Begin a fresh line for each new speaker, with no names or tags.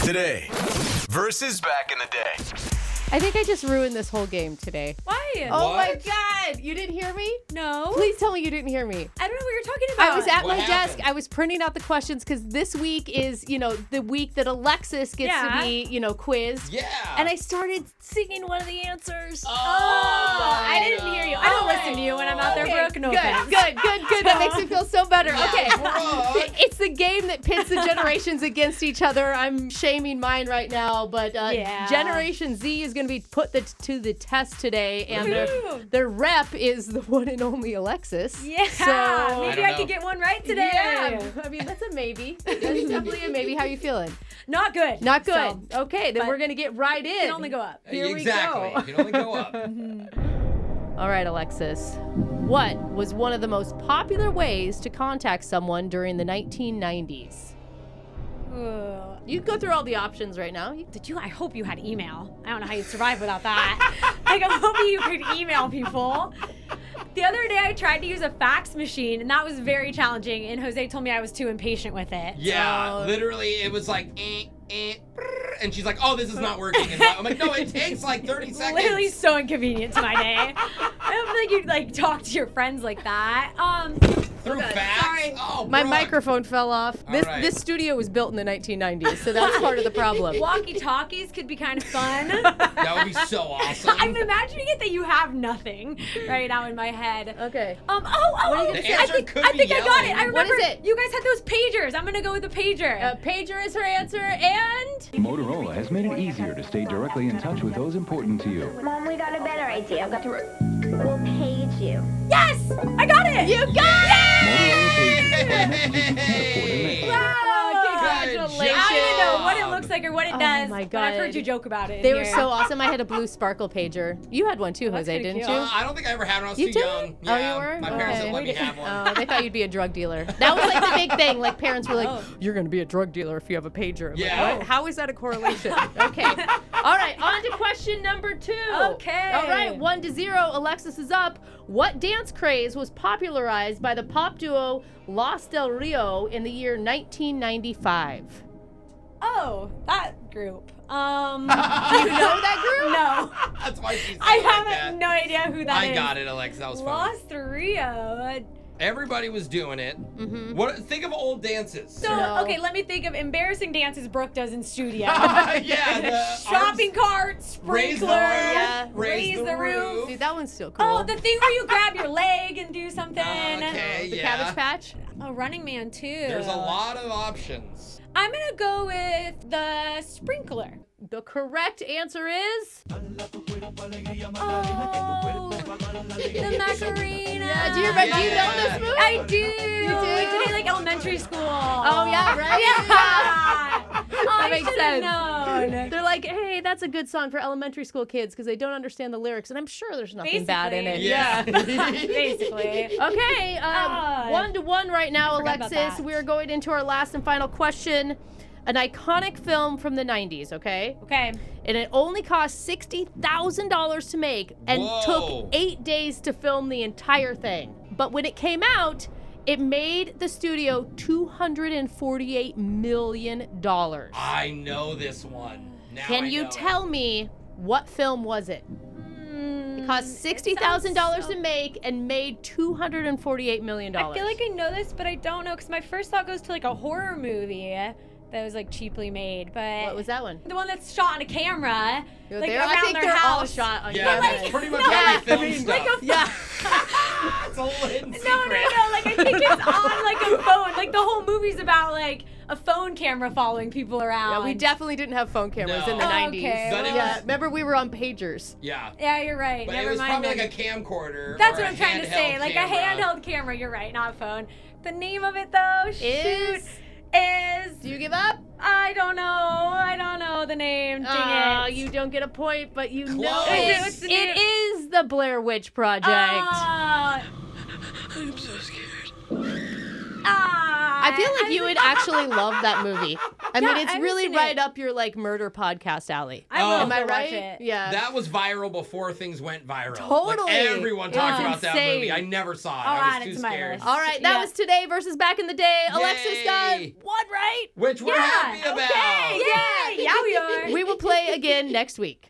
Today versus back in the day.
I think I just ruined this whole game today.
Why?
Oh my
What?
god, you didn't hear me?
No.
Please tell me you didn't hear me.
I don't know what you're talking about.
I was at my
What happened?
desk. I was printing out the questions because this week is, you know, the week that Alexis gets
Yeah.
to be, you know, quizzed.
Yeah.
And I started
singing one of the answers.
Oh,
I didn't hear you. I don't
Okay.
listen to you when I'm out there
Okay,
broken
good,
open.
good, good, good. That makes me feel so better. Okay.
What?
It's the game that pits the generations against each other. I'm shaming mine right now, but uh,
Yeah.
Generation Z is going to be put the, to the test today, and their,
Woohoo.
their rep is the one and only Alexis.
Yeah.
So-
maybe I,
I don't know.
could get one right today.
Yeah, I mean that's a maybe. That's definitely a maybe. How you feeling?
Not good.
Not good.
So,
okay, then
but
we're gonna get right in.
can only go up.
Here we
Oh.
exactly.
go.
You can only go up.
All right, Alexis. What was one of the most popular ways to contact someone during the 1990s?
Ooh.
You go through all the options right now. You-
Did you? I hope you had email. I don't know how you survived without that. like, I'm hoping you could email people. The other day, I tried to use a fax machine, and that was very challenging. And Jose told me I was too impatient with it.
Yeah.
Oh.
Literally, it was like, eh, eh, brrr, and she's like, oh, this is not working. And I'm like, no, it takes like 30 seconds.
Literally so inconvenient to my day. I don't think you'd like talk to your friends like that. Um,
Through
Okay,
fax.
sorry.
Oh,
My
Brooke.
microphone fell off. This
right.
this studio was built in the 1990s, so that's part of the problem.
walkie talkies could be kind of fun.
That would be so awesome.
I'm imagining it that you have nothing right now in my head.
Okay.
Um. Oh. Oh.
are you
oh,
gonna
The say?
I
answer
think,
could
I,
be
think I got it.
yelling.
I remember.
What is it?
You guys had those pagers. I'm gonna go with the pager.
Uh, pager is her answer, and
Motorola has made it easier to stay directly in touch with those important to you.
Mom, we got a better idea. I've got to. We'll page you.
yes, I got it. You got
Motorola Pagers are the most recent support in
Hey. Uh,
there.
Oh,
Good
congratulations.
I don't even know what
job.
it looks like or what it
Oh
does.
my
But I've
God.
heard you joke about it. in
they were
here.
so awesome. I had a blue sparkle pager. You had one too,
That's
Jose,
pretty
didn't
cute.
you?
Uh, I don't think I ever had one. I was
You
too
didn't?
young.
Oh,
Yeah,
you were?
My parents
Okay.
didn't let me have one.
Oh, they thought you'd be a drug dealer. That was like the big thing. Like parents were like,
Oh.
"You're gonna be a drug dealer if you have a pager." I'm like,
Yeah.
"What? How is that a correlation? okay. All right. On to question number two.
Okay.
All right. One to zero. Alexis is up. What dance craze was popularized by the pop duo Los Del Rio in the year 1995?
Oh, that group. Um.
You know that group?
no.
That's why she's
I
like
have
that.
no idea who that is.
I got it, Alex. That was fun.
Lost Rio.
Everybody was doing it. What? Think of old dances.
So
No.
okay, let me think of embarrassing dances Brooke does in studio.
yeah. the
Shopping cart,
arms- Raise the
sprinkler,
roof.
Yeah.
Raise,
raise
the,
the roof.
roof.
Dude, that one's still cool.
Oh, the thing where you grab your leg and do something.
Okay,
The
yeah.
Cabbage Patch.
Oh, Running Man too.
There's a lot of options.
I'm gonna go with the sprinkler.
The correct answer is.
Oh, the Macarena.
Yeah, do you remember? Do you know
Yeah.
this movie?
I do. You do?
do?
We did it like elementary school.
Oh yeah, right.
Yeah. Oh, I
makes
should
sense.
have known.
They're like, hey, that's a good song for elementary school kids because they don't understand the lyrics, and I'm sure there's nothing bad in it.
Basically.
Yeah.
Basically.
Okay, um,
God.
one to one right now,
forgot about
Alexis.
that.
We are going into our last and final question. An iconic film from the 90s, okay?
Okay.
And it only cost $60,000 to make and
Whoa.
took eight days to film the entire thing. But when it came out, it made the studio $248 million.
I know this one. Now
Can
I
you
know it.
tell me what film was it? Hmm, It cost sixty thousand dollars to make and made two hundred and forty-eight million dollars.
I feel like I know this, but I don't know because my first thought goes to like a horror movie that was like cheaply made. But
what was that one?
The one that's shot on a camera, like
They're-
around
I think
their
they're
house.
all shot on
Yeah,
camera.
that's pretty much
no,
how
I
they film
mean,
stuff.
like a-
yeah.
it's all in
No, no, no! Like I think it's on like a phone. Like the whole movie's about like a phone camera following people around.
Yeah, we definitely didn't have phone cameras
No.
in the
Oh,
nineties.
Um, okay,
But it
yeah,
was-
remember we were on pagers.
Yeah.
Yeah, you're right.
But
Never
it was
mind.
probably
then.
like a camcorder.
That's
or
what
a
I'm trying to say.
handheld
Like a
camera.
handheld camera. You're right, not a phone. The name of it though, shoot,
Is
is
do you give up?
I don't know. I don't know the name. Dang
Aw,
it.
you don't get a point, but you know
Close.
it.
What's the
it is the Blair Witch Project.
Ah. Ah,
I feel like you would actually love that movie. I mean,
Yeah,
it's
I've
really
seen it.
right up your like murder podcast alley.
I
Oh.
will
Am
Am I
go watch
right?
it.
Yeah.
That was viral before things went viral.
Totally.
Like, everyone talked
Yeah.
about that
Insane.
movie. I never saw it.
I'll
I
add
was
it
too
to my
scared.
list.
All right, that
Yeah.
was today versus back in the day. Alexis got
Yay.
one right.
Which we're
Yeah.
happy about.
Yay!
again next week.